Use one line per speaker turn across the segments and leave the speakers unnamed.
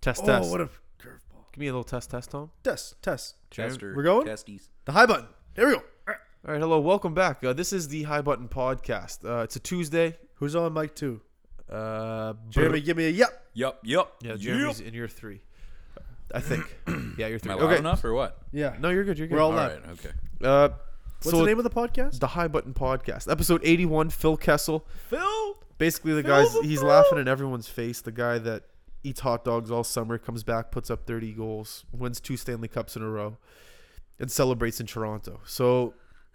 Test,
Oh,
test.
what a curveball.
Give me a little test, test, Tom.
Test, test.
Chester.
We're going?
Testies.
The high button. Here we go.
All right, hello, welcome back. Uh, this is the High Button Podcast. Uh, it's a Tuesday.
Who's on mic two?
Uh,
Jeremy, give me a yep.
Yup, yup.
Yeah,
yup.
Jeremy's in your three. I think. yeah, you're
Am
three.
I loud
Okay.
enough or what?
Yeah.
No, you're good. You're good.
We're all
All
loud.
right, okay.
uh,
What's
so
the name of the podcast?
the High Button Podcast, episode 81, Phil Kessel.
Phil.
Basically, the
Phil
guy's
the
he's
Phil.
laughing in everyone's face. The guy that eats hot dogs all summer comes back, puts up 30 goals, wins two Stanley Cups in a row, and celebrates in Toronto. So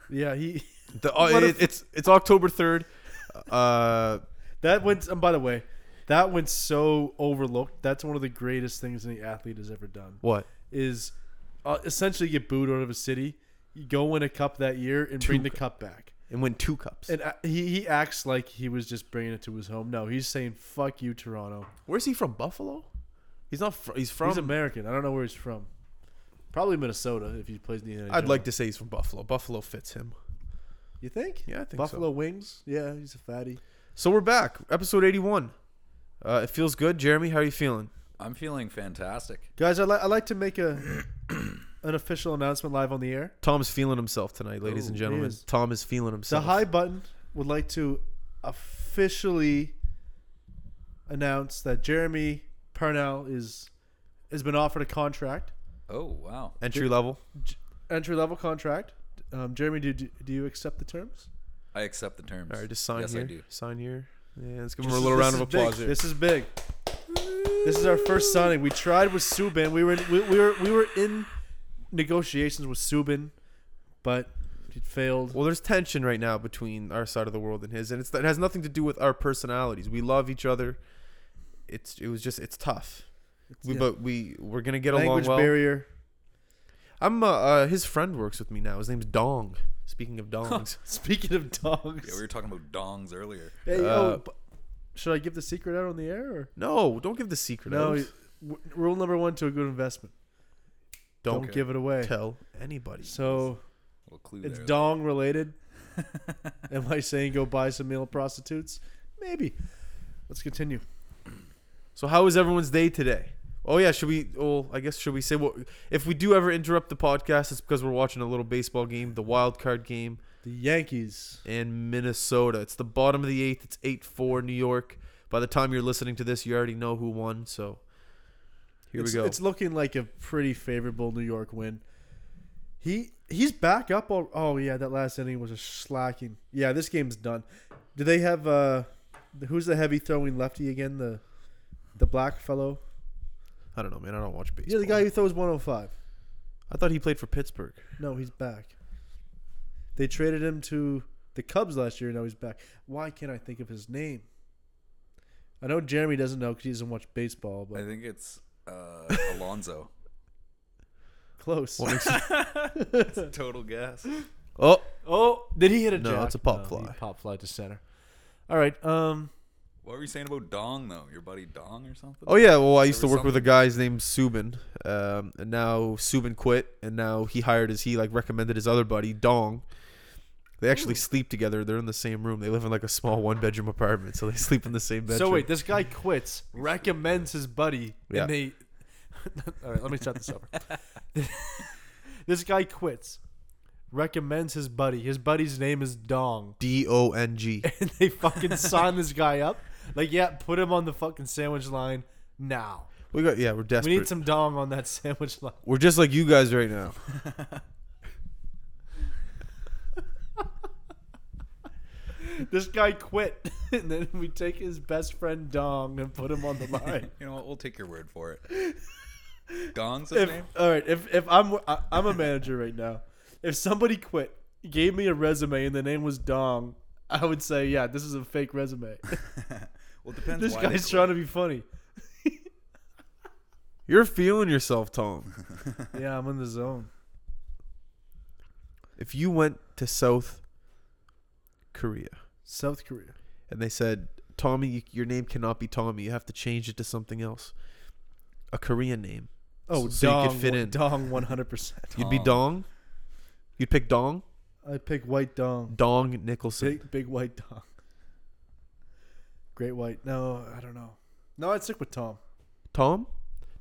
Yeah, he.
the, uh,
What
it,
if-
it's it's October 3rd. Uh,
That went. And by the way, that went so overlooked. That's one of the greatest things any athlete has ever done.
what?
Is uh, essentially get booed out of a city, you go win a cup that year, and bring the cup back.
And win two cups.
And uh, he he acts like he was just bringing it to his home. No, he's saying "fuck you, Toronto."
Where's he from? Buffalo? He's not. Fr- he's from.
he's American. I don't know where he's from. Probably Minnesota if he plays in the NHL.
I'd like to say he's from Buffalo. Buffalo fits him.
You think?
Yeah, I think
Buffalo
so.
wings. Yeah, he's a fatty.
So we're back, episode eighty-one. Uh, it feels good, Jeremy. How are you feeling?
I'm feeling fantastic.
Guys, I like I like to make a an official announcement live on the air.
Tom's feeling himself tonight, ladies
Oh,
and
he
gentlemen.
is.
Tom is feeling
The
himself.
high button would like to officially announce that Jeremy Parnell is has been offered a contract,
Oh, wow.
entry level.
entry level contract. Um, Jeremy, do, do do you accept the terms?
I accept the terms.
All right, just sign
yes,
here.
I do.
Sign here. Yeah, let's give him a
This
little
is-
round
this
of
is big.
applause here.
This is big. This is our first signing. We tried with Subban. We were in, we, we were we were in negotiations with Subban, but it failed.
Well, there's tension right now between our side of the world and his, and it's it has nothing to do with our personalities. We love each other. It's it was just it's tough. We
yeah.
but we we're gonna get
Language
along well.
barrier.
I'm uh, uh his friend works with me now. His name's Dong. Speaking of dongs,
Speaking of
Yeah, we
dogs,
were talking about dongs earlier.
Hey,
Uh,
oh, bu- should I give the secret out on the air or
no, don't give the secret.
no?
out.
y- w- Rule number one to a good investment:
don't
don't
give
give it away.
tell anybody.
So
little clue
it's
there.
dong related. Am I saying go buy some male prostitutes? Maybe. Let's continue.
So how was everyone's day today? Oh yeah, should we? Well, I guess should we say what? If we do ever interrupt the podcast, it's because we're watching a little baseball game, the wild card game
The Yankees.
in Minnesota. It's the bottom of the eighth. It's eight four New York. By the time you're listening to this, you already know who won. So here
it's,
we go.
It's looking like a pretty favorable New York win. He he's back up. All, oh yeah, that last inning was a slacking. Yeah, this game's done. Do they have uh, who's the heavy throwing lefty again? The the black fellow.
I don't know, man. I don't watch baseball.
Yeah, the guy who throws 105.
I thought he played for Pittsburgh.
No, he's back. They traded him to the Cubs last year. Now he's back. Why can't I think of his name? I know Jeremy doesn't know because he doesn't watch baseball,
I
but
think it's uh, Alonzo.
close.
What makes you-
Total guess.
oh,
Oh, did he hit a
No,
jack?
it's a pop
he
fly.
Pop fly to center. All right. Um,
What were you saying about dong, though? Your buddy dong or something?
Oh yeah, well I used to
There was
work with a guy his named Subin, um, and now Subin quit, and now he hired his he like recommended his other buddy Dong. They actually sleep together. They're in the same room. They live in like a small one bedroom apartment, so they sleep in the same bedroom.
so wait, this guy quits, recommends his buddy,
Yeah.
and they. All right, let me start this over. this guy quits, recommends his buddy. His buddy's name is Dong,
D O N G.
and they fucking sign this guy up. Like, yeah, put him on the fucking sandwich line now.
We got yeah, we're desperate.
We need some Dong on that sandwich line.
we're just like you guys right now.
This guy quit, and then we take his best friend Dong and put him on the line.
You know what? We'll take your word for it. Dong's his
if
name?
all right, if if I'm I, I'm a manager right now, if somebody quit, gave me a resume and the name was Dong, I would say, yeah, this is a fake resume.
Well, it depends
this
why they
guy's
quit.
trying to be funny.
You're feeling yourself, Tom.
Yeah, I'm in the zone.
If you went to South Korea
South Korea.
and they said, "Tommy, you, your name cannot be Tommy. You have to change it to something else, a Korean name."
Oh,
So you
Dong.
could fit
one-
in.
Dong, 100. percent
You'd be Dong. You'd pick Dong.
I pick White Dong.
Dong Nicholson.
Big Big White Dong. Great White. No, I don't know. No, I'd stick with Tom.
Tom?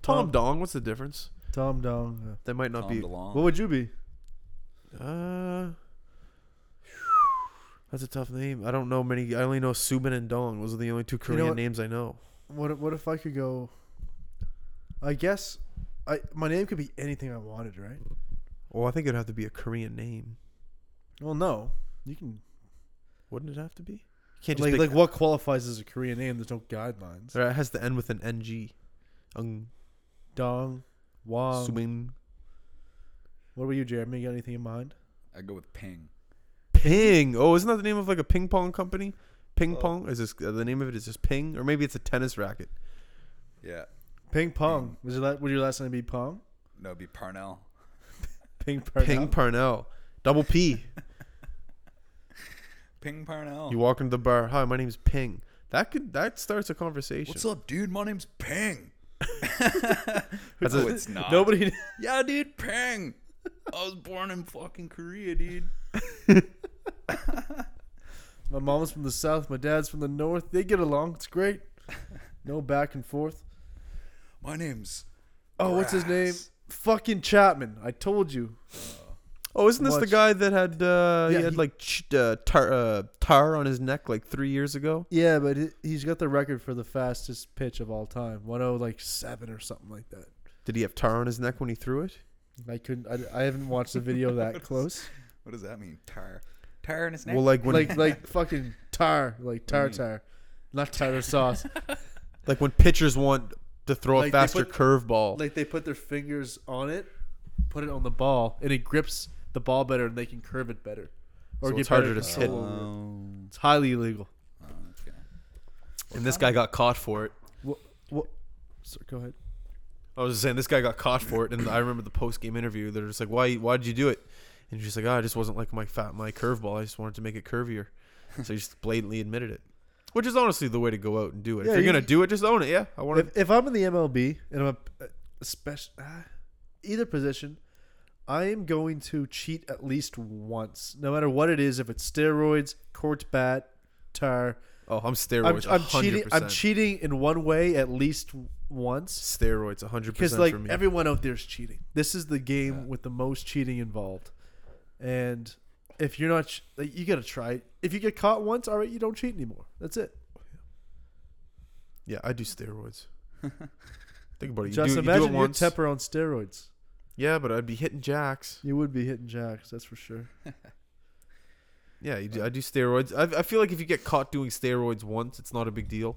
Tom
Tom-
Dong. What's the difference?
Tom Dong. yeah.
That might not
Tom
be.
DeLonge.
What would you be?
Uh, that's a tough name. I don't know many. I only know Subin and Dong. Those are the only two Korean
what?
names I know.
What if- what if I could go? I guess, I my name could be anything I wanted, right?
Well, I think it'd have to be a Korean name.
Well, no, you can.
Wouldn't it have to be? You can't just
Like,
pick-
like what qualifies as a Korean name? There's no guidelines.
Or It has to end with an ng. Ung,
Dong, Wong.
Subin.
What were you, Jeremy? You got anything in mind?
I go with Ping.
Ping. Oh, isn't that the name of like a ping pong company? Ping pong is this uh, the name of it? Is just ping, or maybe it's a tennis racket.
Yeah.
Ping pong. Was your la- would your last name be Pong?
No, it'd be Parnell.
Ping pong.
Ping Parnell, double P.
Ping Parnell.
you walk into the bar. Hi, my name's Ping. That could that starts a conversation.
What's up, dude? My name's Ping.
That's
no,
a-
it's not.
Nobody.
Yeah, dude, Ping. I was born in fucking Korea, dude.
my mom's from the south. My dad's from the north. They get along. It's great. No back and forth.
My name's.
Oh, what's his name?
Grass.
Fucking Chapman. I told you.
Oh, isn't this the
What's-
guy that had uh,
Yeah,
he had
he-
like ch- uh, tar uh, tar on his neck like three years ago?
Yeah, but he- he's got the record for the fastest pitch of all time. 107 or something like that.
Did he have tar on his neck when he threw it?
I couldn't. I, I haven't watched the video that close.
What does that mean? Tar. Tar in his neck.
Well, like when
Like
like,
like fucking tar, like tartar, not tartar sauce.
when pitchers want to throw
Like,
a
they
faster
put-
curveball.
like they put their fingers on it, put it on the ball, and it grips the ball better, and they can curve it better. Or
So
get
it's harder
better
to
oh,
hit.
control over it. It's highly illegal.
okay.
and this guy got caught for it.
What? What? So go ahead.
I was just saying this guy got caught for it, and I remember the post game interview. They're just like, "Why? Why did you do it?" And she's like, "Ah, "I just wasn't like my fat my curveball. I just wanted to make it curvier." So he just blatantly admitted it, which is honestly the way to go out and do it.
Yeah,
if you're
you-
gonna do it, just own it. Yeah, I want to.
If, if I'm in the MLB and I'm a, a special, uh, either position, I am going to cheat at least once, no matter what it is. If it's steroids, court bat, tar,
Oh, I'm
I'm,
steroids.
I'm
100%.
cheating. I'm cheating in one way at least once.
steroids 100
Because
percent
like
for me.
everyone out there's cheating. This is the game with the most cheating involved, and if you're not, ch- like, you gotta try. it. If you get caught once, all right, you don't cheat anymore. That's it.
yeah, I do steroids. Think about it. You
Just
do, you
imagine
do it
your
once.
temper on steroids.
yeah, but I'd be hitting jacks.
You would be hitting jacks, that's for sure.
Yeah, you do, I do steroids. I, I feel like if you get caught doing steroids once, it's not a big deal.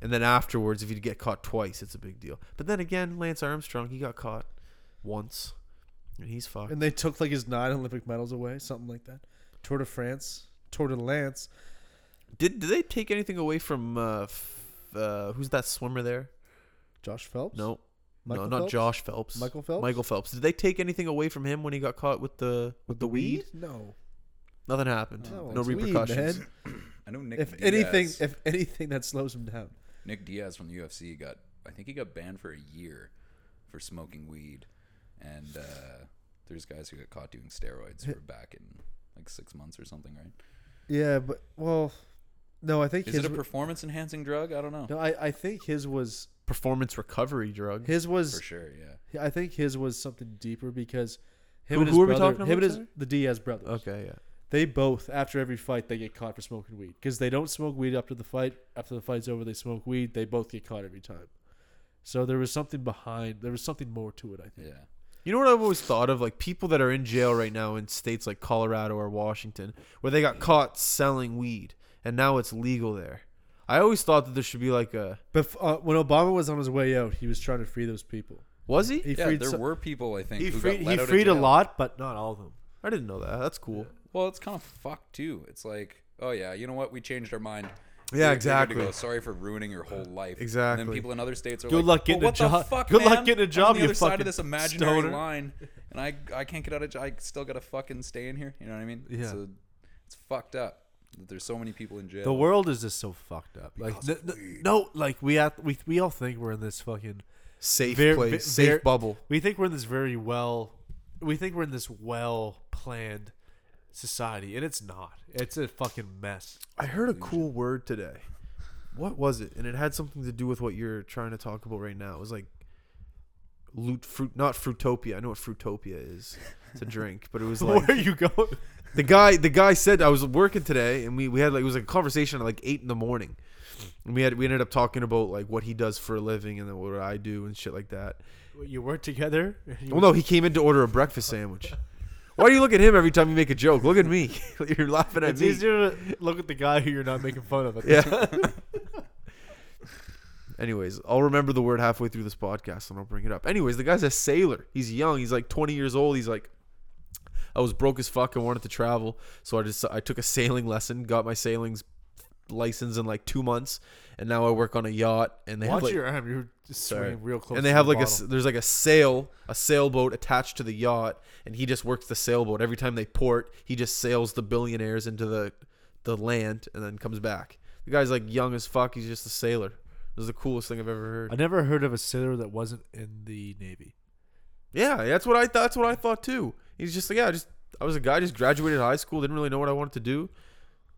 And then afterwards, if you get caught twice, it's a big deal. But then again, Lance Armstrong, he got caught once, and he's fucked.
And they took like his nine Olympic medals away, something like that. Tour de France, Tour de Lance.
Did did they take anything away from uh, f- uh who's that swimmer there?
Josh Phelps.
No,
Michael
no, not
Phelps?
Josh Phelps.
Michael Phelps.
Michael Phelps. Did they take anything away from him when he got caught with the with, the weed?
No. Oh,
Nothing happened.
No,
No,
it's weed,
repercussions.
man.
I know Nick.
If
Diaz,
anything, if anything, that slows him down.
Nick Diaz from the UFC got, I think he got banned for a year for smoking weed, and uh, there's guys who got caught doing steroids who were back in like six months or something, right?
Yeah, but well, no, I think
Is
his
it a performance enhancing drug? I don't know.
No, I, I think his was
Performance recovery drug.
his was
For sure, yeah.
I think his was something deeper because
Who-
him and his
who are we
brother,
talking
him
about,
and his,
sorry?
the Diaz brothers.
Okay, yeah.
They both after every fight they get caught for smoking weed because they don't smoke weed up to the fight. After the fight's over, they smoke weed. They both get caught every time. So there was something behind. There was something more to it. I think.
Yeah.
You know what I've always thought of? Like people that are in jail right now in states like Colorado or Washington where they got caught selling weed and now it's legal there. I always thought that there should be like a.
But uh, when Obama was on his way out, he was trying to free those people.
Was he?
He
Yeah,
freed
there
so-
were people I think
he
who
freed,
got let
he
out
freed a
of jail.
lot, but not all of them.
I didn't know that. That's cool.
Well, it's kind of fucked too. It's like, oh yeah, you know what? We changed our mind.
Yeah,
You're- you're good to
exactly.
go. Sorry for ruining your whole life. And
Exactly.
then people in other states are
Good
like,
luck getting a
well, what
job-
The fuck,
good luck
man?
getting a
I'm
job,
on the
you
other side
fucking
of this imaginary
stoner."
line, and I I can't get out of. j- I still gotta fucking stay in here. You know what I mean?
Yeah.
So it's fucked up. that There's so many people in jail.
The world is just so fucked up. Like
Because
n- n- no, like we have, we we all think we're in this fucking
Safe
Ver-
place,
ve-
safe
ver-
bubble.
We think we're in this very well. We think we're in this well planned society, and it's not. It's a fucking mess.
I heard a cool word today. What was it? And it had something to do with what you're trying to talk about right now. It was like Loot fruit, not Fruitopia. I know what Fruitopia is. It's a drink, but it was
Where
like
are you going?
the guy the guy said I was working today and we, we had like it was like a conversation at like eight in the morning. And we had we ended up talking about like what he does for a living and then what I do and shit like that.
You work together.
Well no, he came in to order a breakfast sandwich. Why do you look at him every time you make a joke? Look at me. You're laughing at
It's
me.
easier to look at the guy who you're not making fun of. at the
Yeah. Anyways, I'll remember the word halfway through this podcast and I'll bring it up. Anyways, the guy's a sailor. He's young. He's like 20 years old. He's like, I was broke as fuck. I wanted to travel, so I just I took a sailing lesson, got my sailing license in like two months, and now I work on a yacht. And they
Watch
have like,
your arm. You're just
Sorry.
swinging real close.
and they
to
have
the
like a s
bottle.
there's like a sail a sailboat attached to the yacht and he just works the sailboat every time they port he just sails the billionaires into the the land and then comes back the guy's like young as fuck he's just a sailor this is the coolest thing i've ever
I
heard
never heard of a sailor that wasn't in the navy.
yeah that's what i thought that's what i thought too he's just like yeah I just i was a guy just graduated high school didn't really know what i wanted to do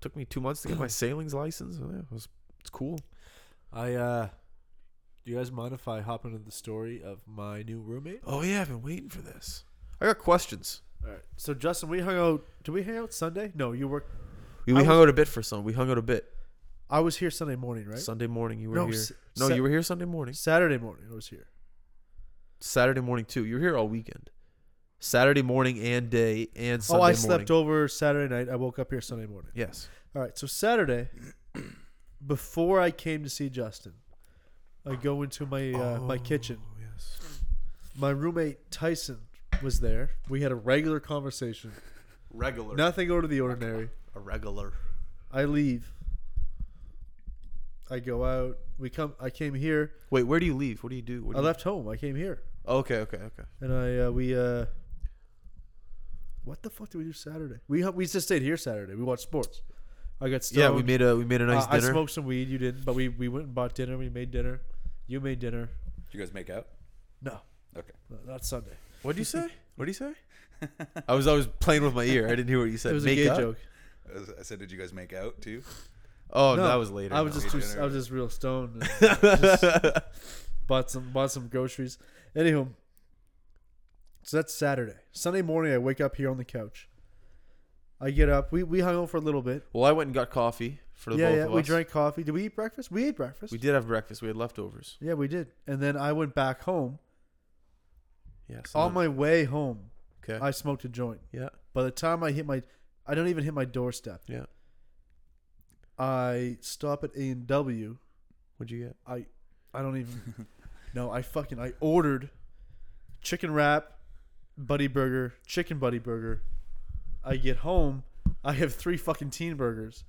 took me two months to get my sailing's license Oh, yeah, it was, it's cool
I uh, do you guys mind if I hop into the story of my new roommate?
oh yeah i've been waiting for this i got questions
All right. So Justin, we hung out. Did we hang out Sunday? No, you work.
we,
I
we
was-
hung out a bit for some we hung out a bit
I was here Sunday morning, right?
Sunday morning, you were
No,
here.
s-
no,
sa-
you were here Sunday morning.
Saturday morning, I was here.
Saturday morning too. You were here all weekend. Saturday morning and day and Sunday
oh, I
morning.
slept over Saturday night. I woke up here Sunday morning.
Yes.
All right, so Saturday, before I came to see Justin, I go into my uh,
Oh.
my kitchen.
yes.
My roommate Tyson was there. We had a regular conversation.
Regular.
Nothing out of the ordinary.
A regular.
I leave. I go out. We come. I came here.
Wait, where do you leave? What do you do? What do
I
you- Oh,
left home. I came here,
Okay, okay, okay.
and I uh, we. Uh, what the fuck did we do Saturday? We hu- we just stayed here Saturday. We watched sports. I got stoned.
yeah, we made a we made a nice
Uh,
dinner.
I smoked some weed. You didn't, but we we went and bought dinner. We made dinner. You made dinner.
you guys make out?
No,
Okay.
no, not Sunday.
What do you say? What do you say? I was I was playing with my ear. I didn't hear what you said.
it was
Make
a gay
up?
joke.
I was- I said, did you guys make out too?
Oh,
No,
that was later.
I was
no.
just too,
Dinner.
I was just real stoned. and just bought some bought some groceries. Anywho, so that's Saturday. Sunday morning, I wake up here on the couch. I get up. We we hung out for a little bit.
Well, I went and got coffee for the
yeah,
both
yeah.
of us.
We drank coffee. Did we eat breakfast? We ate breakfast.
We did have breakfast. We had leftovers.
Yeah, we did. And then I went back home.
Yes.
On my way home,
Okay.
I smoked a joint.
yeah.
By the time I hit my, I don't even hit my doorstep.
Yeah.
I stop at A and W.
What'd you get?
I I don't even no. I fucking I ordered chicken wrap, buddy burger, chicken buddy burger. I get home. I have three fucking teen burgers.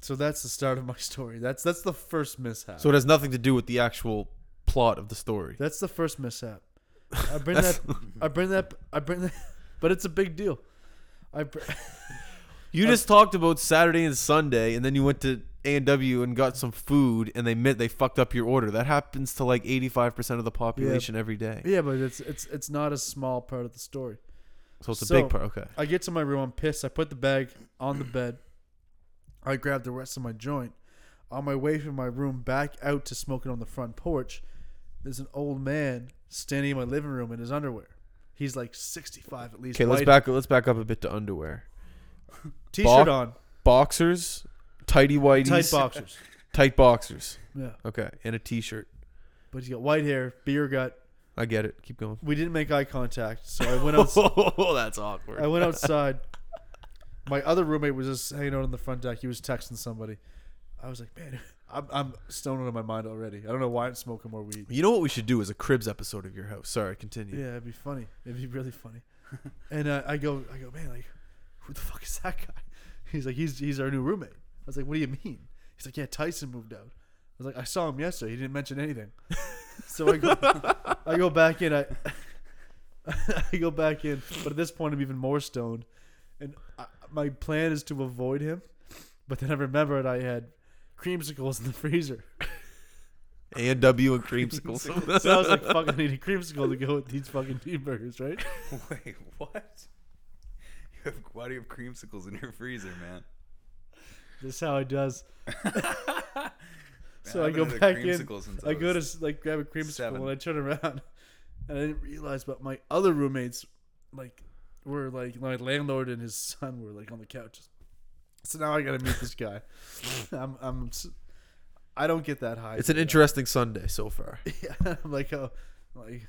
So that's the start of my story. That's that's the first mishap.
So it has nothing to do with the actual plot of the story.
that's the first mishap. I bring that. I bring that. I bring that. But it's a big deal. I br-
You just talked about Saturday and Sunday, and then you went to A and W and got some food, and they meant they fucked up your order. That happens to like eighty five percent of the population every day.
yeah, but it's it's it's not a small part of the story.
So it's a
So-
big part. Okay.
I get to my room, I'm pissed. I put the bag on the bed. I grab the rest of my joint. On my way from my room back out to smoke it on the front porch, there's an old man standing in my living room in his underwear. He's like 65 at least.
Okay. Let's
white,
back. Let's back up a bit to underwear.
T-shirt
bo-
on,
Boxers, tighty whities,
tight boxers.
tight boxers.
Yeah,
Okay, and a t shirt.
but he's got white hair, beer gut.
I get it. Keep going.
We didn't make eye contact, so I went outside.
Oh, that's awkward.
I went outside. My other roommate was just hanging out on the front deck. He was texting somebody. I was like, man, I'm, I'm stoned out of my mind already. I don't know why I'm smoking more weed.
you know what we should do is a cribs episode of your house. Sorry, continue.
Yeah, it'd be funny. It'd be really funny. and uh, I go, I go, man, like, who the fuck is that guy? He's like, he's he's our new roommate. I was like, what do you mean? He's like, yeah, Tyson moved out. I was like, I saw him yesterday. He didn't mention anything. so I go, I go back in. I I go back in, but at this point, I'm even more stoned, and I, my plan is to avoid him. But then I remembered I had creamsicles in the freezer.
A and W and creamsicles.
So I was like, fuck, I need a creamsicle to go with these fucking teen burgers, right?
Wait, what? You have, why do you have creamsicles in your freezer, man?
That's how it does. So I
haven't
go
had a
back in,
creamsicle since
I go to
was-
s- like grab a creamsicle
seven.
and I turn around and I didn't realize, but my other roommates, like, were like my landlord and his son were like on the couch. So now I gotta meet this guy. I'm I'm s- I don't get that high.
It's an interesting Sunday so far.
Yeah, I'm like oh, like,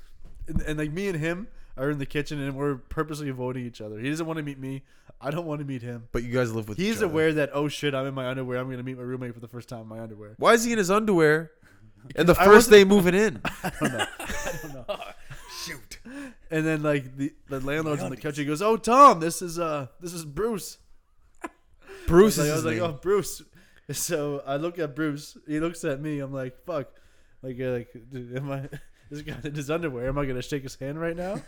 and, and like me and him are in the kitchen and we're purposely avoiding each other. He doesn't want to meet me. I don't want to meet him.
But you guys live with. each
He's
other.
aware that oh shit, I'm in my underwear. I'm gonna meet my roommate for the first time in my underwear.
Why is he in his underwear? And the
I
first day moving in.
shoot.
And then like the, the landlord's on the couch, he goes, "Oh Tom, this is uh this is Bruce."
Bruce
Like,
is
I
his
was like,
name.
"Oh Bruce." So I look at Bruce. He looks at me. I'm like, "Fuck." Like uh, like dude, am I this guy in his underwear? Am I gonna shake his hand right now?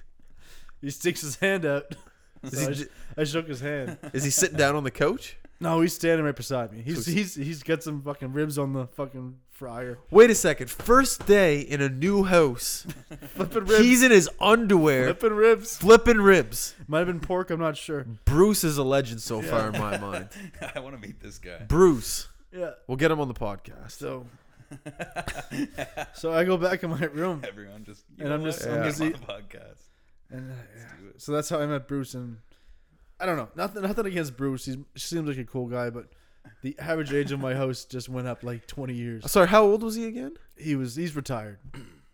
he sticks his hand out.
Is
So
he
I,
j-
sh- I shook his hand.
Is he sitting down on the couch?
No, he's standing right beside me. He's
So
he's he's got some fucking ribs on the fucking fryer.
Wait a second. First day in a new house.
Flipping ribs.
He's in his underwear,
flipping ribs.
flipping ribs.
Might have been pork. I'm not sure.
Mm. Bruce is a legend so far in my mind.
I want to meet this guy.
Bruce.
Yeah.
We'll get him on the podcast.
So, so I go back in my room,
Everyone just you
And
know
I'm
what?
just-
I'm
Get
just
him on
eat-
the podcast.
and uh, yeah.
Let's do it.
so that's how I met Bruce. And I don't know, nothing, nothing against Bruce. He's, he seems like a cool guy, but the average age of my house just went up like 20 years.
Sorry, how old was he again?
He was, he's retired.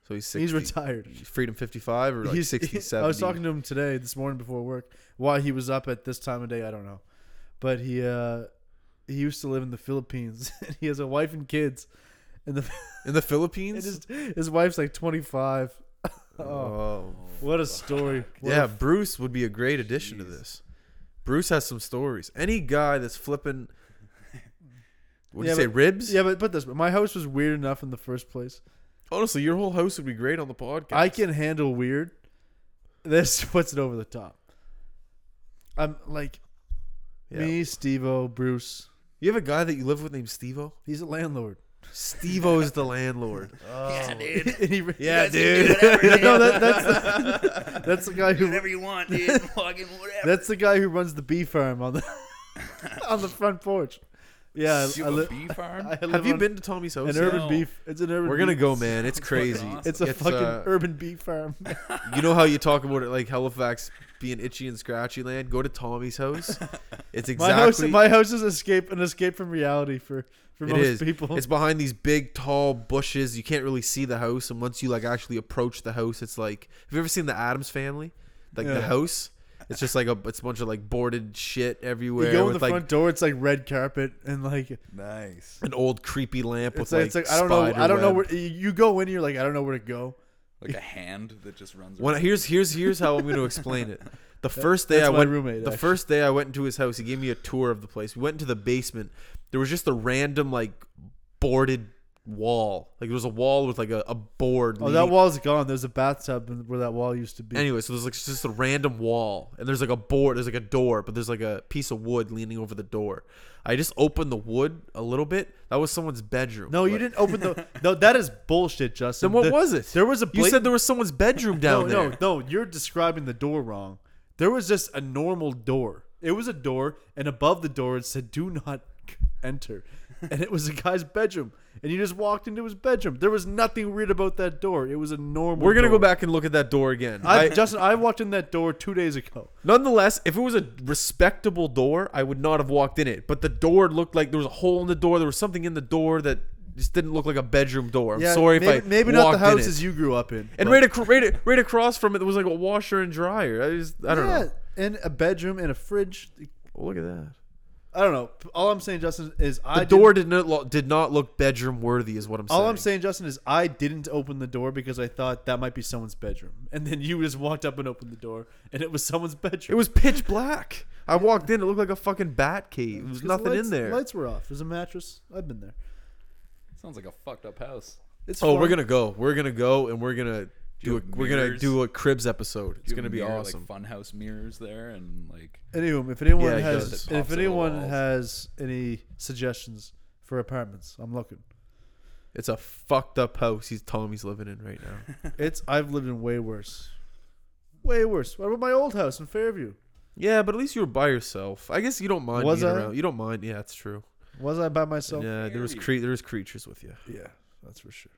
So he's 60.
He's retired.
Freedom 55 or like
he's,
60,
he-
70.
I was talking to him today, this morning before work. Why he was up at this time of day, I don't know. But he uh, he used to live in the Philippines. and he has a wife and kids. And the
in the
and
Philippines?
his, his wife's like 25. oh,
oh.
what a story. What a
Yeah, Bruce would be a great addition to
Jeez.
this. Bruce has some stories. Any guy that's flipping, what do
Yeah,
you say,
but-
ribs?
Yeah, but put this: my house was weird enough in the first place.
Honestly, your whole house would be great on the podcast.
I can handle weird. This puts it over the top. I'm like
Yeah.
me, Stevo, Bruce.
You have a guy that you live with named Stevo?
He's a landlord.
Stevo is the landlord.
Yeah, dude.
And he-
Yeah,
Do
dude.
whatever, dude.
no, that, that's the, that's the guy who
whatever you want, dude. Fucking whatever.
that's the guy who runs the bee farm on the on the front porch. Yeah, uh, I, I
you have a
li-
bee farm.
I live
Have you
on
been to Tommy's house?
an
yet?
urban
No.
beef? It's an urban.
We're gonna
beef-
go, man. It's crazy.
awesome.
It's a
It's,
fucking
uh,
urban beef farm.
You know how you talk about it, like Halifax being itchy and scratchy land. Go to Tommy's house. It's exactly
My house, my house is escape an escape from reality for for
it
most
is.
people.
It's behind these big tall bushes. You can't really see the house, and once you like actually approach the house, it's like have you ever seen the Adams Family? Like
Yeah.
the house. It's just like a it's a bunch of like boarded shit everywhere
you go in
with
the
like
front door, it's like red carpet and like it's
nice.
an old creepy lamp with
like,
like,
it's like I don't know, I don't know
where.
where you you go in. You're like I don't know where to go.
Like a hand that just runs.
When
around.
here's here's here's how I'm going to explain it. The first day
that's
I
my
went,
roommate,
the
actually.
first day I went into his house, he gave me a tour of the place. We went into the basement. There was just a random like boarded wall. Like there was a wall with like a, a board.
Oh, that
leading-
wall's gone. There's a bathtub in- where that wall used to be.
Anyway, so there's like just a random wall, and there's like a board, there's like a door, but there's like a piece of wood leaning over the door. I just opened the wood a little bit. That was someone's bedroom.
no, you
Like-
didn't open the. No, that is bullshit, Justin.
Then what
The-
was it?
There was a.
you
blat-
said there was someone's bedroom down
no,
there.
No, no, you're describing the door wrong. There was just a normal door. It was a door, and above the door it said "Do not enter," and it was a guy's bedroom. And you just walked into his bedroom. There was nothing weird about that door. It was a normal.
We're gonna go
door.
back and look at that door again.
I,
I-
Justin, I walked in that door two days ago.
Nonetheless, if it was a respectable door, I would not have walked in it. But the door looked like there was a hole in the door. There was something in the door that just didn't look like a bedroom door. I'm sorry
maybe,
if I
maybe not
walked
the
in
houses
it.
you grew up in.
and
but-
right, ac- right, a- right across from it there was like a washer and dryer. I just I don't know.
Yeah, and a bedroom and a fridge.
Look at that.
I don't know. All I'm saying, Justin, is
The
I
door did not lo- did not look bedroom worthy, is what I'm saying.
All I'm saying, Justin, is I didn't open the door because I thought that might be someone's bedroom, and then you just walked up and opened the door, and it was someone's
it
bedroom.
was pitch black. I walked in. It looked like a fucking bat cave. There was
'Cause
nothing
lights-
in there.
Lights were off. There's a mattress. I've been there.
sounds like a fucked up house.
It's
oh,
fun.
we're gonna go. We're gonna go, and we're gonna
you
do. a,
have
we're gonna
mirrors?
do a cribs episode. It's
Do you
gonna
have
be
mirror,
awesome.
Like funhouse mirrors there and like
Anyway, if anyone
Yeah, it does.
has
Pops
if
out of the
anyone
walls.
has any suggestions for apartments, I'm looking.
It's a fucked up house he's Tommy's living in right now.
It's I've lived in way worse, way worse. What about my old house in Fairview?
yeah, but at least you were by yourself. I Oh, guess you don't mind
Was
being
I?
around. You don't mind. Yeah, that's true.
Was I by myself? Yeah.
yeah, there was cre- there was creatures with you.
that's for sure.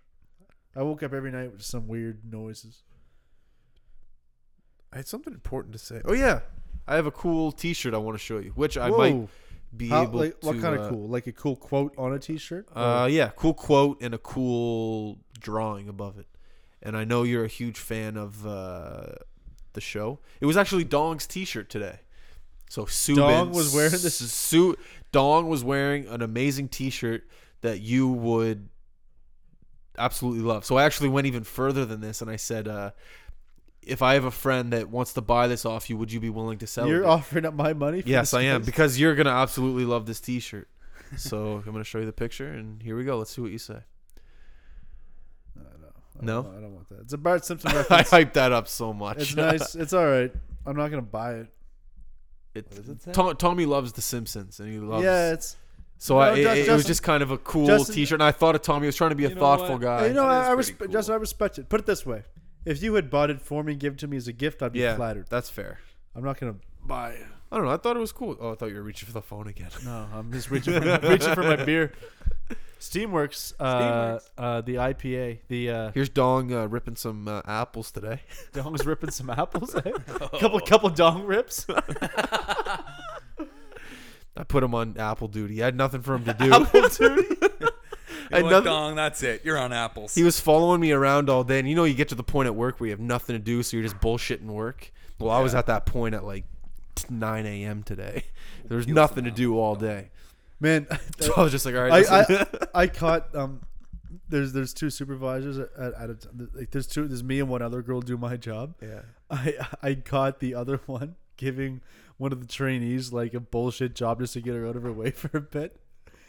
I woke up every night with some weird noises.
I had something important to say. Oh yeah, I have a cool T-shirt I want to show you, which I might be
How-
able
like,
to.
what kind
uh,
of cool? Like a cool quote on a T-shirt?
Uh, yeah, cool quote and a cool drawing above it. And I know you're a huge fan of uh, the show. It was actually Dong's T-shirt today. So Subin,
Dong was wearing this-
S- Su- Dong was wearing an amazing T-shirt that you would absolutely love. So I actually went even further than this, and I said, uh, "If I have a friend that wants to buy this off you, would you be willing to sell
You're
it?"
offering up my money? For
Yes,
this
I am
place?
because you're gonna absolutely love this T-shirt. So I'm gonna show you the picture, and here we go. Let's see what you say.
I don't know. I don't
No?
know. I don't want that. It's a Bart Simpson
I
reference.
hyped that up so much.
it's nice. It's all right. I'm not gonna buy it.
It-
does it say?
Tom, Tommy loves The Simpsons, and he loves.
Yeah, it's.
so
No,
I, it,
Just-
it was
Justin-
just kind of a cool
Justin-
T-shirt, and I thought of Tommy. I was trying to be a
You know
thoughtful
what?
guy.
you know,
that
I, I
is
respect.
pretty
Justin,
cool.
I respect it. Put it this way: if you had bought it for me, give it to me as a gift, I'd be
yeah,
flattered.
that's fair.
I'm not gonna buy it.
I don't know. I thought it was cool. Oh, I thought you were reaching for the phone again.
No, I'm just reaching for, reaching for my beer.
Steamworks, uh, uh, the IPA, the uh,
Here's Dong uh, ripping some uh, apples today.
Dong's ripping some apples. Eh? couple, couple Dong rips.
I put him on Apple duty. I had nothing for him to do.
You're like,
Another-
Dong, that's it. You're on apples.
He was following me around all day, and you know, you get to the point at work where you have nothing to do, so you're just bullshitting work. Well, I was at that point at like 9 a.m. today. There's
Peel some
nothing to do
apples,
all
Dong.
day,
Man,
so I was just like, all right.
I,
listen.
I, I caught um, there's there's two supervisors at, at a t- like there's two there's me and one other girl do my job.
yeah.
I I caught the other one giving one of the trainees like a bullshit job just to get her out of her way for a bit.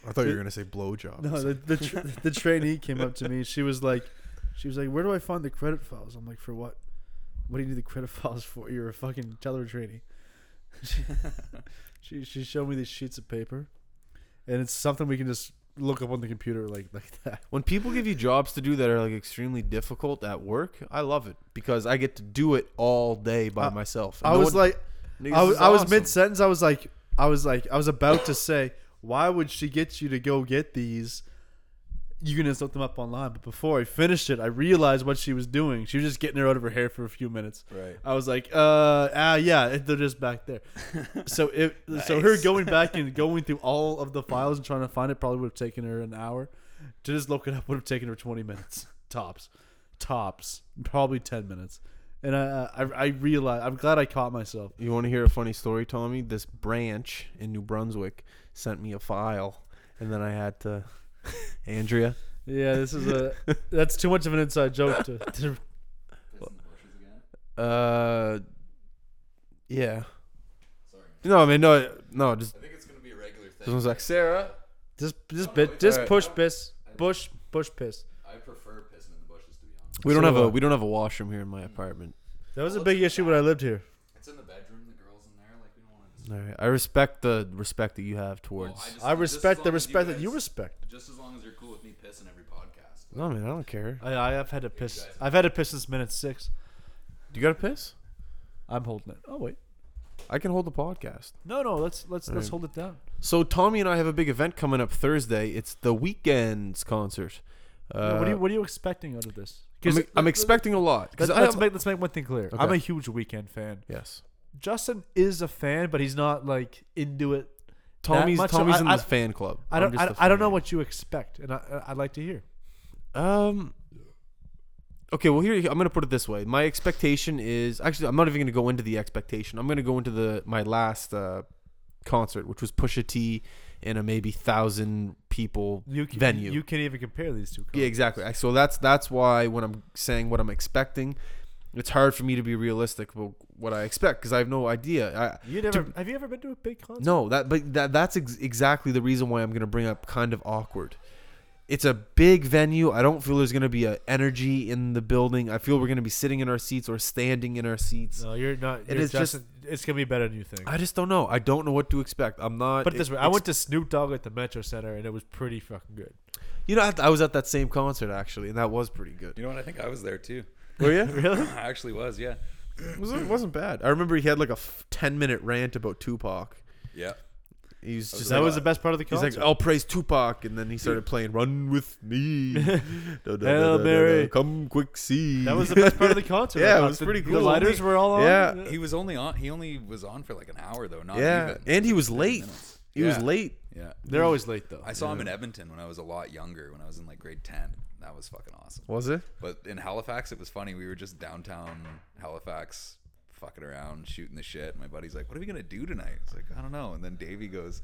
I thought you were gonna say blowjob.
No, the the, tr the trainee came up to me. She was like, she was like, "Where do I find the credit files?" I'm like, "For what? What do you need the credit files for? You're a fucking teller trainee." she she showed me these sheets of paper, and it's something we can just look up on the computer like like that.
when people give you jobs to do that are like extremely difficult at work, I love it because I get to do it all day by
I-
myself.
I
No
was
one-
like,
Niggas
I was,
is
I was
awesome.
mid sentence. I was like, I was like, I was about to say, why would she get you to go get these? You can just look them up online. But before I finished it, I realized what she was doing. She was just getting her out of her hair for a few minutes.
Right.
I was like, uh, ah, yeah, it- they're just back there. So it, so her
Nice.
going back and going through all of the files and trying to find it probably would have taken her an hour. To just look it up would have taken her twenty minutes tops, tops, probably ten minutes. And I, I, I realized I'm glad I caught myself.
You want to hear a funny story, Tommy? This branch in New Brunswick sent me a file, and then I had to. Andrea,
Yeah, this is a that's too much of an inside joke to, to
uh, yeah. No, I mean, no, no, just
I think it's gonna be a regular
this one's like Sarah.
just just bit just
Alright.
push piss push push piss.
I prefer pissing in the bushes to be honest.
We don't
So,
have a
uh,
we don't have a washroom here in my apartment.
That was a big issue when I lived here.
It's in the bedroom. The girls in there. Like we don't want to.
All right, I respect the respect that you have towards.
I respect the respect that you respect.
Just as long as you're cool with me pissing every podcast.
no, man, I don't care.
I I have had to piss. I've had to piss since minute six.
Do you got to piss?
I'm holding it. Oh wait,
I can hold the podcast.
no no let's let's let's
Alright.
hold it down.
So Tommy and I have a big event coming up Thursday. It's the weekends concert. Uh,
what are you what are you expecting out of this?
I'm, I'm expecting a lot. 'cause
Let's,
I
let's
am-
make let's make one thing clear. I'm
Okay.
a huge weekend fan.
yes,
Justin is a fan, but he's not like into it.
Tommy's
much so
Tommy's
I-
in
I-
the fan club.
I
I'm
don't
just
I,
a
I don't know
fan.
what you expect, and I I'd like to hear.
Um. Okay, well here I'm gonna put it this way. My expectation is actually I'm not even gonna go into the expectation. I'm gonna go into the my last uh, concert, which was Pusha T in a maybe thousand people
you can,
venue.
You can't even compare these two.
yeah, exactly. I- So that's that's why when I'm saying what I'm expecting, it's hard for me to be realistic about what I expect because I have no idea. I,
You never have you ever been to a big concert?
no, that but that that's ex- exactly the reason why I'm going to bring up kind of awkward. It's a big venue. I don't feel there's going to be a energy in the building. I feel we're going to be sitting in our seats or standing in our seats.
No, you're not.
It
you're
is just-
Justin, it's gonna be better than you think.
I just don't know. I don't know what to expect. I'm not.
Put it this way, I
ex-
went to Snoop Dogg at the Metro Center and it was pretty fucking good.
You know, I I was at that same concert actually, and that was pretty good.
You know what? I think I was there too.
Were you?
Really?
I actually was. Yeah.
It wasn't, it wasn't bad. I remember he had like a f- ten minute rant about Tupac.
Yeah.
He was just
was
like, uh,
like-
that was the best part of the
he's
concert.
like, oh, "I'll praise Tupac," and then he started playing "Run with Me." Da, da, da, da,
Hail
da,
Mary.
da, Come quick, see.
that was the best part of the concert. I
Yeah, it
thought.
was
The-
pretty
The
cool.
lighters were all on.
Yeah.
He was only on. He only was on for like an hour though. Not
yeah,
even.
and he was
30
late.
minutes.
He was
Yeah.
late.
Yeah,
they're always late though.
I saw him in Edmonton when I was a lot younger. When I was in like grade ten, that was fucking awesome.
Was it?
But in Halifax, it was funny. We were just downtown Halifax, fucking around, shooting the shit. My buddy's like, "What are we gonna do tonight?" It's like, "I don't know." And then Davey goes,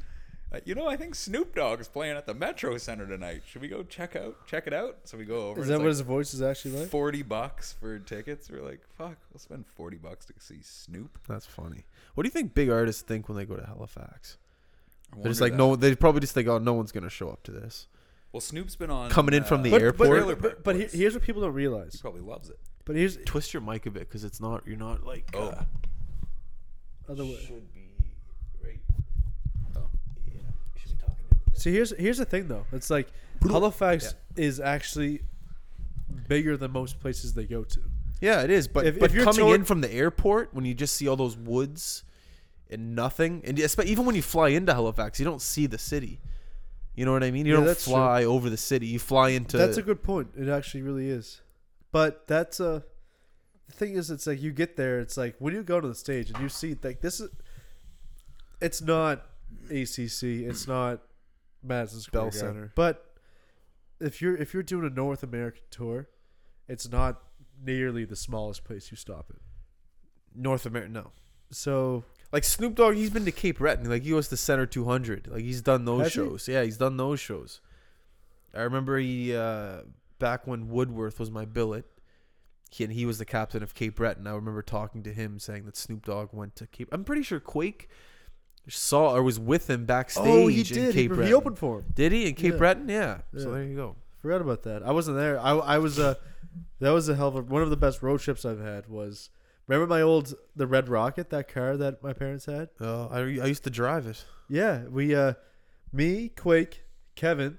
uh, "You know, I think Snoop Dogg is playing at the Metro Center tonight. Should we go check out check it out?" So we go over.
Is
and
that
it's
what
like
his voice is actually like?
Forty bucks for tickets. We're like, "Fuck, we'll spend forty bucks to see Snoop."
That's funny. What do you think big artists think when they go to Halifax?
I
They're just like,
wonder
no,
that.
they probably just think, oh, no one's gonna show up to this.
Well, Snoop's been on uh,
Coming in from the
But,
airport.
but, but, but he- here's what people don't
He
realize.
probably loves it.
But here's
Twist your mic a bit, cause it's not. You're not like.
Oh,
uh,
other way.
should be right.
Oh.
Yeah, should be talking.
So here's here's the thing though. It's like Halifax is actually bigger than most places they go to.
Yeah, it is. But
If-
but
if you're
coming
toward-
in from the airport when you just see all those woods and nothing, and espe- even when you fly into Halifax, you don't see the city. You know what I mean? You
Yeah,
don't
that's true.
fly over the city. You fly into.
That's a good point. It actually really is. But that's a the thing is it's like you get there, it's like when you go to the stage and you see like this is it's not ACC, it's not Madison Square
Bell
Garden.
Center.
But if you're if you're doing a North American tour, it's not nearly the smallest place you stop at.
North America. No,
So
like Snoop Dogg, he's been to Cape Breton. Like he was the Center 200. Like he's done those
Has he?
shows. Yeah, he's done those shows. I remember he uh, back when Woodworth was my billet. He, and he was the captain of Cape Breton. I remember talking to him saying that Snoop Dogg went to Cape. I'm pretty sure Quake saw or was with him backstage.
Oh he
In
did. He,
Cape
he
Breton.
opened for him.
Did he in Cape
Yeah.
Breton? Yeah. So
Yeah.
there you go.
Forgot about that. I wasn't there. I, I was uh, that was a hell of a, one of the best road trips I've had. Was remember my old the Red Rocket that car that my parents had?
Oh, I, I used to drive it.
Yeah, we uh, me Quake, Kevin,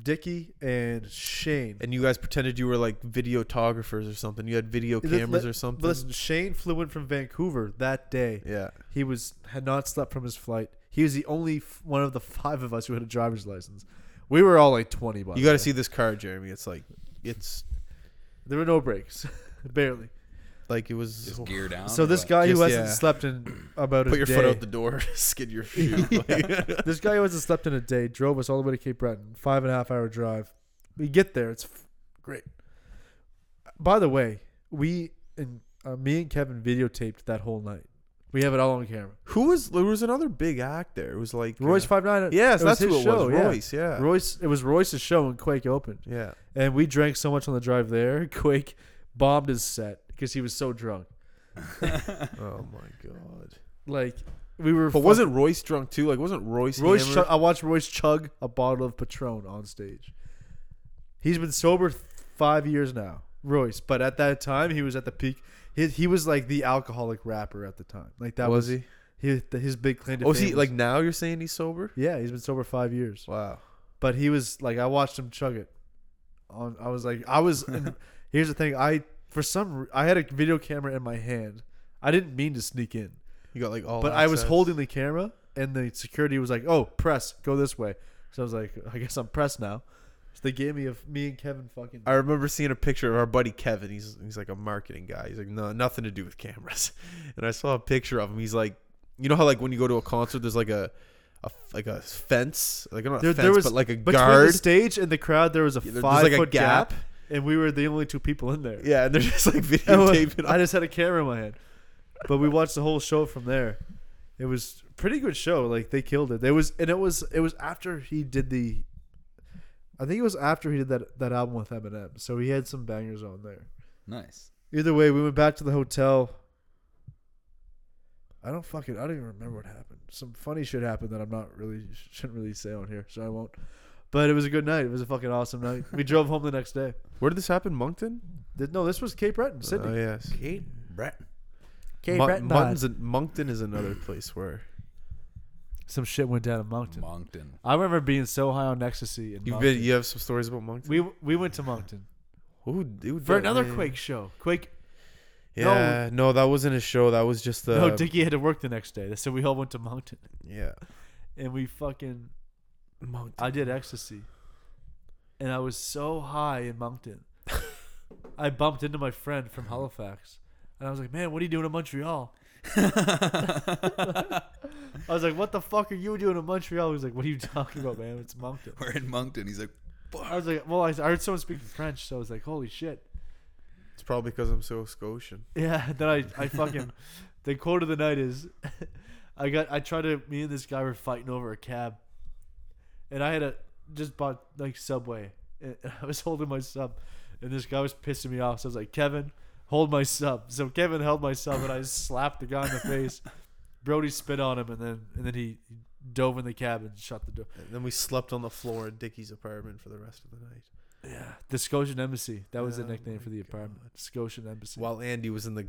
Dicky, and Shane.
And you guys pretended you were like videographers or somethething. You had video
Li- li-
cameras or
but
something.
Listen, Shane flew in from Vancouver that day.
yeah.
He was had not slept from his flight. He was the only f- one of the five of us who had a driver's license. We were all like twenty. By
You
the
got to
way.
see this car, Jeremy. It's like, it's
There were no breaks, barely.
like it was.
Just gear down.
So
or
this
what?
guy who
Just-
hasn't
yeah.
slept in about a
Put your
day,
foot out the door, skid your shoe. Like-
this guy who hasn't slept in a day drove us all the way to Cape Breton, five and a half hour drive. We get there, it's f- great. By the way, we and uh, me and Kevin videotaped that whole night. We have it all on camera.
who was? There was another big act there. It was like
Royce
Uh,
five nine.
yes, that's who it was.
yeah.
Royce. Yeah.
Royce. It was Royce's show when Quake opened,
Yeah.
and we drank so much on the drive there. Quake bombed his set because he was so drunk.
Oh my god.
Like we were.
But
fuck-
wasn't Royce drunk too? Like wasn't Royce?
Royce,
hammered?
chug, I watched Royce chug a bottle of Patron on stage. He's been sober th- five years now, Royce. But at that time, he was at the peak. He, he was like the alcoholic rapper at the time. Like that was,
was he?
his, his big claim to
Oh,
fame.
see,
was-
like now you're saying he's sober?
yeah, he's been sober five years.
Wow.
But he was like, I watched him chug it. On, I was like, I was. and here's the thing, I for some re- I had a video camera in my hand. I didn't mean to sneak in.
You got like all.
But I was
access.
holding the camera, and the security was like, "Oh, press, go this way." So I was like, "I guess I'm pressed now." So they gave me a me and Kevin fucking.
I remember seeing a picture of our buddy Kevin. He's he's like a marketing guy. He's like no nothing to do with cameras. And I saw a picture of him. He's like, you know how like when you go to a concert, there's like a, a like a fence, like not a
There,
fence,
there was
but like a
between
guard.
the stage and the crowd. There was a
Yeah, there- there's
five
like a
foot gap.
gap.
and we were the only two people in there.
yeah, and they're just like
And we-
videotaping.
I just had a camera in my hand, but we watched the whole show from there. It was pretty good show. Like they killed it. It was and it was it was after he did the. I think it was after he did that that album with Eminem. So he had some bangers on there.
nice.
Either way, we went back to the hotel. I don't fucking I don't even remember what happened. Some funny shit happened that I'm not really shouldn't really say on here, so I won't. But it was a good night. It was a fucking awesome night. We drove home the next day.
Where did this happen? Moncton.
Th- No, this was Cape Breton, Sydney.
Oh yes.
Kate Brett.
Cape
Mon-
Breton.
Moncton's an- Moncton is another place where
Some shit went down in Moncton.
Moncton.
I remember being so high on ecstasy in
you've
Moncton.
been. You have some stories about Moncton.
we we went to Moncton
Ooh, dude,
for
that-
another
yeah.
Quake show. Quake. No.
Yeah, no, that wasn't a show. That was just the.
no, Dickie had to work the next day, so we all went to Moncton.
yeah.
and we fucking
Moncton.
I did ecstasy, and I was so high in Moncton. I bumped into my friend from Halifax, and I was like, "Man, what are you doing in Montreal?" I was like, "What the fuck are you doing in Montreal?" He was like, "What are you talking about, man? It's Moncton."
We're in Moncton. He's like,
I was like, "Well, I, I heard someone speaking French, so I was like, holy shit."
It's probably because I'm so Scotian.
Yeah, then I, I fucking the quote of the night is I got I tried to me and this guy were fighting over a cab and I had a just bought like Subway and and I was holding my sub and this guy was pissing me off so I was like Kevin hold my sub so Kevin held my sub and I slapped the guy in the face Brody spit on him and then and then he dove in the cab and shut the door
And then we slept on the floor in Dickie's apartment for the rest of the night.
yeah the Scotian Embassy that was
Oh
the nickname for
my
the apartment Scotian Embassy
While Andy was in the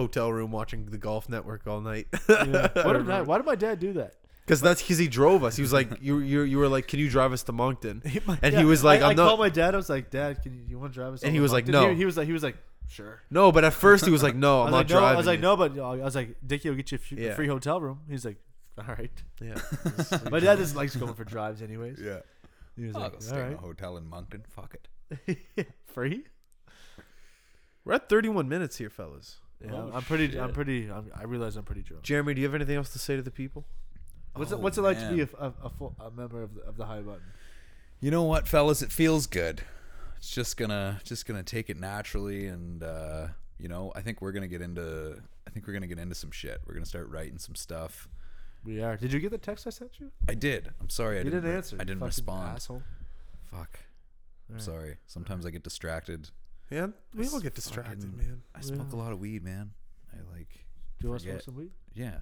hotel room watching the golf network all night.
yeah. What did I- why did my dad do that
Because that's because he drove us. He was like, you, you, you were like, can you drive us to Moncton?
He- my
And he
dad-
was like,
I,
I'm
I
not-
called my dad. I was like, Dad, can you, you want to drive us?
And
all
he
the
was
way
like,
to-" He-
"No."
He, was like, he was like, sure.
No, but at first he was like, no,
I
I'm
was
not
like, no.
driving.
I was like,
you.
no, but I was like, Dickie will get you a few-
Yeah.
free hotel room. He's like, all right.
Yeah.
My dad just likes going for drives, anyways.
yeah.
He was
I'll
like,
go Oh, stay
all
in
right,
a hotel in Moncton. Fuck it.
free.
We're at 31 minutes here, fellas.
Yeah,
Oh,
I'm pretty. I'm
shit.
pretty. I'm, I realize I'm pretty drunk.
Jeremy, do you have anything else to say to the people?
What's
Oh,
it? What's it like to be a,
man.
a, a, full, a member of the, of the high button?
You know what, fellas? It feels good. It's just gonna just gonna take it naturally, and uh, you know, I think we're gonna get into I think we're gonna get into some shit. We're gonna start writing some stuff.
We are. Did you get the text I sent you?
I did. I'm sorry. I
you didn't,
re-
answer.
I didn't
fucking
respond.
Asshole.
Fuck.
All
I'm
right.
sorry. Sometimes I get distracted.
Yeah, we
It's
all get distracted,
fucking-
man.
I smoke
Yeah.
a lot of weed, man. I like.
Do you want to smoke
Forget.
some weed?
Yeah,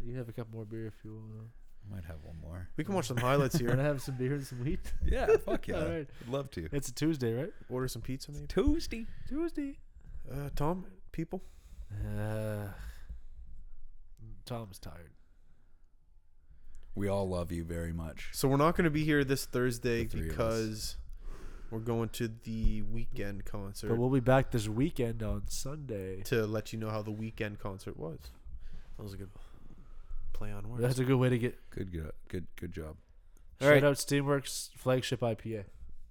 You can have a couple more beer if you want.
I might have one more.
We can watch some highlights
You want
here.
to have some beer and some weed?
Yeah, Ah, fuck yeah.
All right.
I'd love to.
It's a Tuesday, right?
Order some pizza, maybe.
Tuesday.
Tuesday.
Uh, Tom, people.
Uh, Tom's tired.
We all love you very much.
So we're not going to be here this Thursday
The three of
because
us.
we're going to the weekend concert
But we'll be back this weekend on Sunday.
to let you know how the weekend concert was. That was a good play on words.
That's a good way to get.
Good, good, good, good job.
Shout out Steamworks flagship IPA.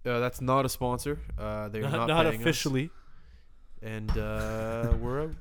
uh, that's not a sponsor. Uh, they're
Not,
not,
not
paying us.
officially.
And uh, we're out.